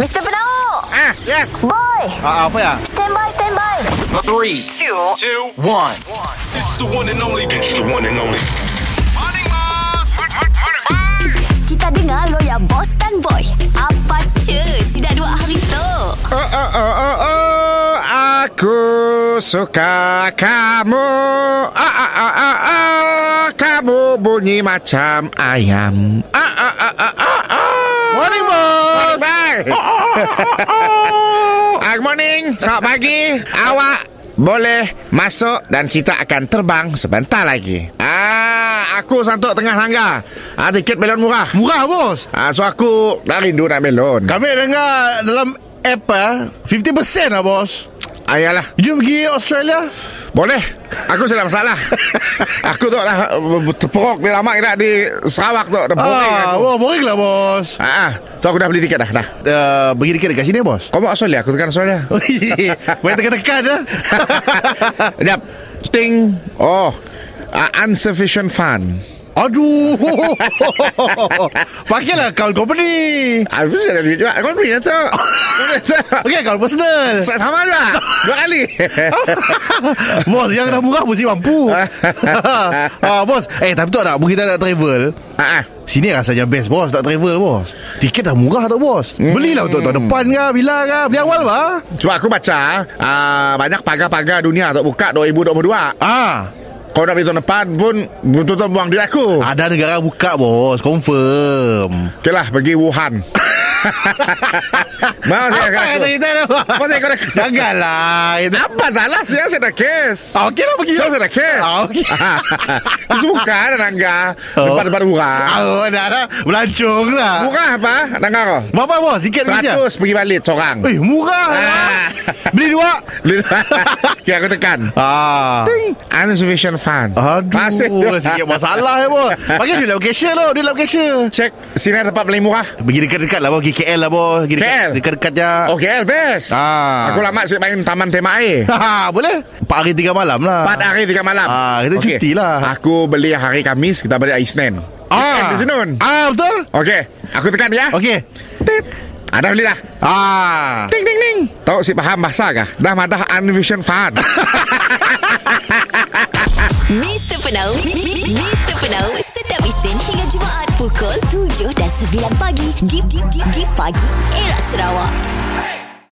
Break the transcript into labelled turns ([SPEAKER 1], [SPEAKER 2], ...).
[SPEAKER 1] Mr. Penau
[SPEAKER 2] Ah, yes.
[SPEAKER 1] Boy
[SPEAKER 2] Ah, apa ya?
[SPEAKER 1] Stand by, stand by
[SPEAKER 3] Three,
[SPEAKER 1] Two
[SPEAKER 3] two, one.
[SPEAKER 4] It's the one and only. It's the one and only.
[SPEAKER 1] Kita dengar lo ya Boss dan Boy Apa cu Si dah dua hari tu
[SPEAKER 2] Oh, oh, oh, oh, oh. Aku suka kamu. Ah, ah, ah, ah, ah. Kamu bunyi macam ayam. Ah, ah, ah, ah, ah, ah. Morning, bos. Morning, bye. Ah, Good morning. Selamat pagi. Awak boleh masuk dan kita akan terbang sebentar lagi. Ah, aku santuk tengah langgar. Ah, tiket belon murah.
[SPEAKER 5] Murah bos
[SPEAKER 2] Ah, so aku dah rindu nak belon.
[SPEAKER 5] Kami dengar dalam app ah 50% lah bos
[SPEAKER 2] Ayalah.
[SPEAKER 5] Jom pergi Australia
[SPEAKER 2] Boleh Aku sudah masalah Aku tu dah eh, Terperok Dia lama nak di Sarawak tu Dah boring
[SPEAKER 5] Ah,
[SPEAKER 2] aku
[SPEAKER 5] wah, boring lah bos
[SPEAKER 2] ah, ah. So aku dah beli tiket dah dah
[SPEAKER 5] uh, Pergi dekat dekat sini bos
[SPEAKER 2] Kau mau Australia Aku tekan Australia
[SPEAKER 5] Banyak tekan-tekan lah
[SPEAKER 2] Sekejap Ting Oh uh, Insufficient fund
[SPEAKER 5] Aduh Pakailah account company
[SPEAKER 2] Ah, Aku sudah ada duit juga Kau beli lah tu
[SPEAKER 5] Okey account personal
[SPEAKER 2] Sama juga Dua kali
[SPEAKER 5] Bos yang dah murah Mesti mampu ah, Bos Eh tapi tu tak Mungkin kita nak travel
[SPEAKER 2] ah, ah.
[SPEAKER 5] Sini rasanya best bos Tak travel bos Tiket dah murah tak bos hmm. Belilah untuk tahun depan ke Bila ke Beli awal lah
[SPEAKER 2] Cuma aku baca uh, Banyak pagar-pagar dunia Untuk buka 2022
[SPEAKER 5] Ah,
[SPEAKER 2] Kau nak beli tahun depan pun Betul-betul buang duit aku
[SPEAKER 5] ada negara buka bos, confirm.
[SPEAKER 2] Okey lah pergi Wuhan Mau saya
[SPEAKER 5] Apa kata
[SPEAKER 2] aku
[SPEAKER 5] kita tu?
[SPEAKER 2] Apa saya kena
[SPEAKER 5] Jangan lah. Kita...
[SPEAKER 2] Apa salah saya saya dah kes
[SPEAKER 5] Ah, okey lah pergi.
[SPEAKER 2] Saya sudah kes
[SPEAKER 5] Ah, okey. Oh.
[SPEAKER 2] Itu bukan nangga Depan-depan murah
[SPEAKER 5] Ah, oh, dah dah. Melancong lah.
[SPEAKER 2] Murah apa nangga kau
[SPEAKER 5] Berapa bos? Sikit Malaysia?
[SPEAKER 2] Seratus pergi balik seorang
[SPEAKER 5] Eh, murah lah.
[SPEAKER 2] Ah.
[SPEAKER 5] Beli dua.
[SPEAKER 2] Okey aku tekan
[SPEAKER 5] Ah.
[SPEAKER 2] Insufficient fund
[SPEAKER 5] Aduh,
[SPEAKER 2] Masih
[SPEAKER 5] sikit masalah ya bos. Bagi duit dalam Malaysia lo, duit dalam Malaysia.
[SPEAKER 2] Cek sini ada tempat paling murah
[SPEAKER 5] Pergi dekat-dekat lah bos, pergi KL lah bos. Pergi
[SPEAKER 2] KL?
[SPEAKER 5] dekat- Dekat-dekat je.
[SPEAKER 2] Okey best
[SPEAKER 5] Ah.
[SPEAKER 2] Aku lama asyik main taman tema air
[SPEAKER 5] Ha, boleh? 4 hari 3 malam lah.
[SPEAKER 2] Empat hari tiga malam
[SPEAKER 5] Ah, kita cuti lah.
[SPEAKER 2] Aku beli hari Kamis Kita balik hari Senin Weekend
[SPEAKER 5] Ah.
[SPEAKER 2] di Senun
[SPEAKER 5] Ah, betul?
[SPEAKER 2] Okey Aku tekan ya
[SPEAKER 5] Okey.
[SPEAKER 2] Tip Ada beli lah
[SPEAKER 5] Ah.
[SPEAKER 2] Ting ting ting Tahu si faham bahasa kah? Dah madah Unvision Fund
[SPEAKER 1] Mr. Penau mi- mi- mi- Mr. Penau Setiap Isnin hingga Jumaat Pukul 7 dan 9 pagi Di, di, di, di pagi Era Sarawak